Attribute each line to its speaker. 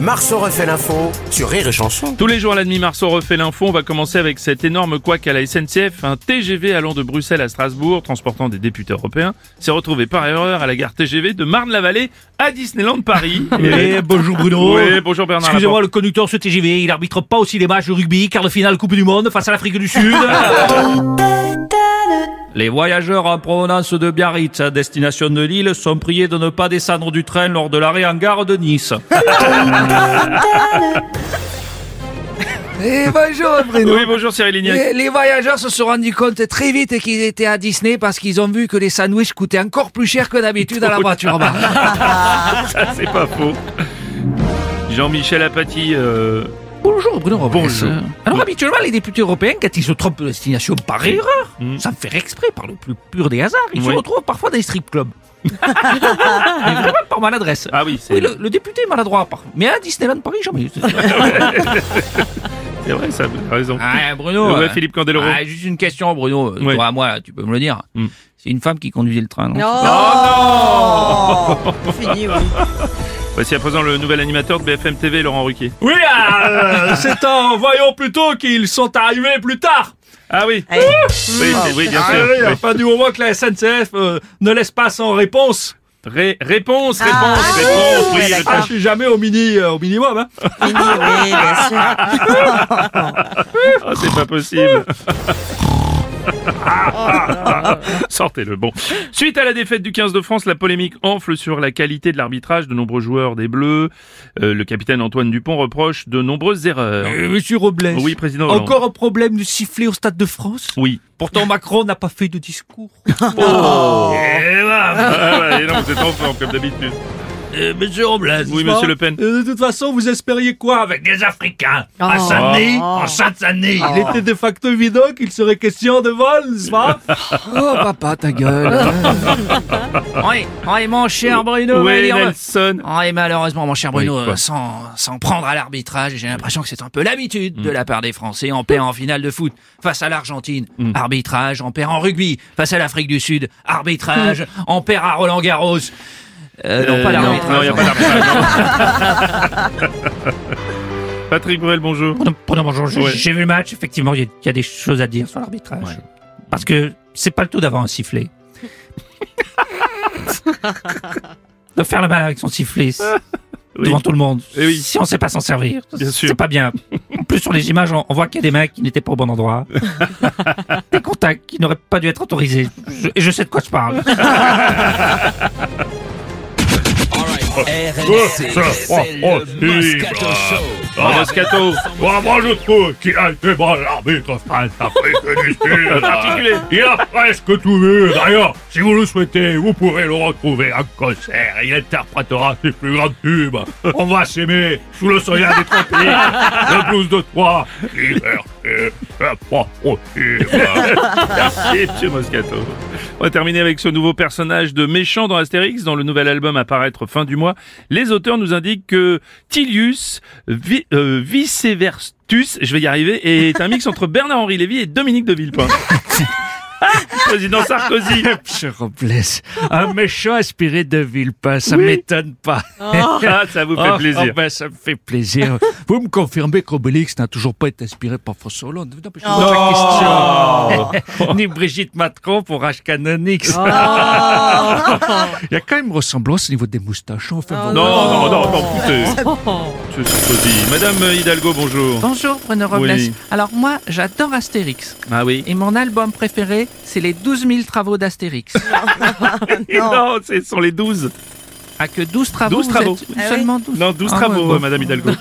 Speaker 1: Marceau refait l'info sur Rire et Chanson.
Speaker 2: Tous les jours à la demi-mars, on refait l'info. On va commencer avec cette énorme couac à la SNCF. Un TGV allant de Bruxelles à Strasbourg, transportant des députés européens, s'est retrouvé par erreur à la gare TGV de Marne-la-Vallée à Disneyland Paris.
Speaker 3: Eh, bonjour Bruno.
Speaker 2: Oui, bonjour Bernard
Speaker 3: Excusez-moi,
Speaker 2: Laporte.
Speaker 3: le conducteur ce TGV, il arbitre pas aussi les matchs de rugby, quart de finale Coupe du Monde face à l'Afrique du Sud. Les voyageurs en provenance de Biarritz, à destination de Lille, sont priés de ne pas descendre du train lors de l'arrêt en gare de Nice.
Speaker 4: Et Eh, bonjour Bruno.
Speaker 2: Oui, bonjour Cyril Lignac.
Speaker 4: Les, les voyageurs se sont rendus compte très vite qu'ils étaient à Disney parce qu'ils ont vu que les sandwichs coûtaient encore plus cher que d'habitude à la voiture. bar.
Speaker 2: Ça, Ah, c'est pas faux. Jean-Michel Apathy, euh,
Speaker 3: Bonjour Bruno Robles.
Speaker 2: Bonjour.
Speaker 3: Alors habituellement les députés européens, quand ils se trompent de destination par erreur, sans faire exprès, par le plus pur des hasards, ils se
Speaker 2: Oui.
Speaker 3: retrouvent parfois dans les strip clubs. Mais vraiment par maladresse.
Speaker 2: Ah oui, c'est-
Speaker 3: oui le, le député est maladroit, par... mais à Disneyland Paris jamais.
Speaker 2: c'est vrai, ça vous avez raison.
Speaker 3: ah, Bruno.
Speaker 2: Ouais,
Speaker 3: euh,
Speaker 2: Philippe Candeloro.
Speaker 3: ah, juste une question Bruno, euh,
Speaker 2: Ouais.
Speaker 3: toi à moi, tu peux me le dire.
Speaker 2: Mm.
Speaker 3: C'est une femme qui conduisait le train. non
Speaker 2: Voici à présent le nouvel animateur de BFM TV, Laurent Ruquier.
Speaker 3: Oui, euh, c'est en voyant plutôt qu'ils sont arrivés plus tard.
Speaker 2: Ah oui. Oui, c'est- oui, bien sûr.
Speaker 3: oui,
Speaker 2: Oui.
Speaker 3: enfin, du moment que la SNCF euh, ne laisse pas sans réponse.
Speaker 2: Ré- réponse, réponse, réponse. oui, le
Speaker 3: Ah,
Speaker 2: temps.
Speaker 3: je suis jamais au mini, euh, au minimum. Hein.
Speaker 2: Ah, c'est pas possible. Sortez-le. Bon. Suite à la défaite du 15 de France, la polémique enfle sur la qualité de l'arbitrage de nombreux joueurs des Bleus. Euh, le capitaine Antoine Dupont reproche de nombreuses erreurs.
Speaker 3: monsieur Robles.
Speaker 2: Oui, président Hollande.
Speaker 3: Euh, Encore Oh. un problème de siffler au Stade de France
Speaker 2: Oui.
Speaker 3: Pourtant, Macron n'a pas fait de discours.
Speaker 2: Eh bah, ah bah, et non, vous êtes en forme, comme d'habitude.
Speaker 3: monsieur Robles.
Speaker 2: Oui, Euh, monsieur Le Pen.
Speaker 3: Euh, de toute façon, vous espériez quoi avec des Africains À
Speaker 2: Oh.
Speaker 3: Saint-Denis En Saint-Denis Il était de facto évident qu'il serait question de vol, n'est-ce pas
Speaker 4: Oh papa, ta gueule.
Speaker 5: Oui, oui, mon cher Bruno, va
Speaker 2: Oui,
Speaker 5: dire-
Speaker 2: Nelson.
Speaker 5: Oui, Ah, malheureusement, mon cher Bruno,
Speaker 2: Oui, quoi.
Speaker 5: euh, sans, sans prendre à l'arbitrage, j'ai l'impression que c'est un peu l'habitude
Speaker 2: Mm.
Speaker 5: de la part des Français en paix en finale de foot face à l'Argentine.
Speaker 2: Mm.
Speaker 5: Arbitrage, en paix en rugby face à l'Afrique du Sud. Arbitrage, en paix à Roland Garros. Euh, non, pas
Speaker 2: Mm. Non, il
Speaker 5: l'arbitrage.
Speaker 2: a pas d'arbitrage. non. Patrick Bruel, bonjour.
Speaker 6: Pardon, pardon, bonjour, je-
Speaker 2: Ouais.
Speaker 6: j'ai vu le match, effectivement, il y, a- il y a des choses à dire sur l'arbitrage. Parce que c'est pas le tout d'avoir un sifflet. de faire la mal avec son sifflet c'est-
Speaker 2: Oui.
Speaker 6: devant tout le monde.
Speaker 2: Eh oui.
Speaker 6: Si on sait pas s'en servir,
Speaker 2: Bien sûr.
Speaker 6: c'est pas bien. En plus, sur les images, on, on voit qu'il y a des mains qui n'étaient pas au bon endroit. des contacts qui n'auraient pas dû être autorisés. Je- et je sais de quoi je parle.
Speaker 2: Oh, Moscato.
Speaker 7: Bon, moi je trouve qu'il a été bon l'arbitre France Afrique du Sud.
Speaker 2: Particulier.
Speaker 7: Il a presque tout vu. D'ailleurs, si vous le souhaitez, vous pourrez le retrouver en concert. Il interprétera ses plus grands tubes. On va s'aimer sous le soleil des tropiques. Le blues de trois. Liberté, impossible.
Speaker 2: Et Monsieur Moscato. On va terminer avec ce nouveau personnage de méchant dans Astérix, dans le nouvel album à paraître fin du mois. Les auteurs nous indiquent que Tilius vi euh, Viceverstus, je vais y arriver, est un mix entre Bernard-Henri Lévy et Dominique de Villepin. Président Sarkozy.
Speaker 4: Monsieur Robles, un méchant aspiré de Villepin, ça m'étonne pas.
Speaker 2: Ah, ça vous fait
Speaker 4: Oh,
Speaker 2: plaisir.
Speaker 4: oh, ben, ça me fait plaisir. Vous me confirmez qu'Obélix n'a toujours pas été inspiré par François Hollande Non, mais je
Speaker 3: oh,
Speaker 4: pose
Speaker 2: Oh.
Speaker 4: la question. Ni Brigitte Matron pour H. Canonix. Il y a quand même ressemblance au niveau des moustaches. Enfin, bon.
Speaker 2: Non, non, non, non, écoutez. Monsieur Sarkozy. Madame Hidalgo, bonjour.
Speaker 5: Bonjour Bruno Robles.
Speaker 2: Oui.
Speaker 5: Alors moi, j'adore Astérix.
Speaker 2: Ah oui.
Speaker 5: Et mon album préféré, c'est les 12 000 travaux d'Astérix.
Speaker 2: Non, ce sont les 12.
Speaker 5: À Ah, que 12 travaux,
Speaker 2: 12
Speaker 5: vous
Speaker 2: travaux. Ah
Speaker 5: êtes seulement 12.
Speaker 2: Non, 12
Speaker 5: Ah,
Speaker 2: travaux,
Speaker 5: ouais,
Speaker 2: euh, Madame Hidalgo.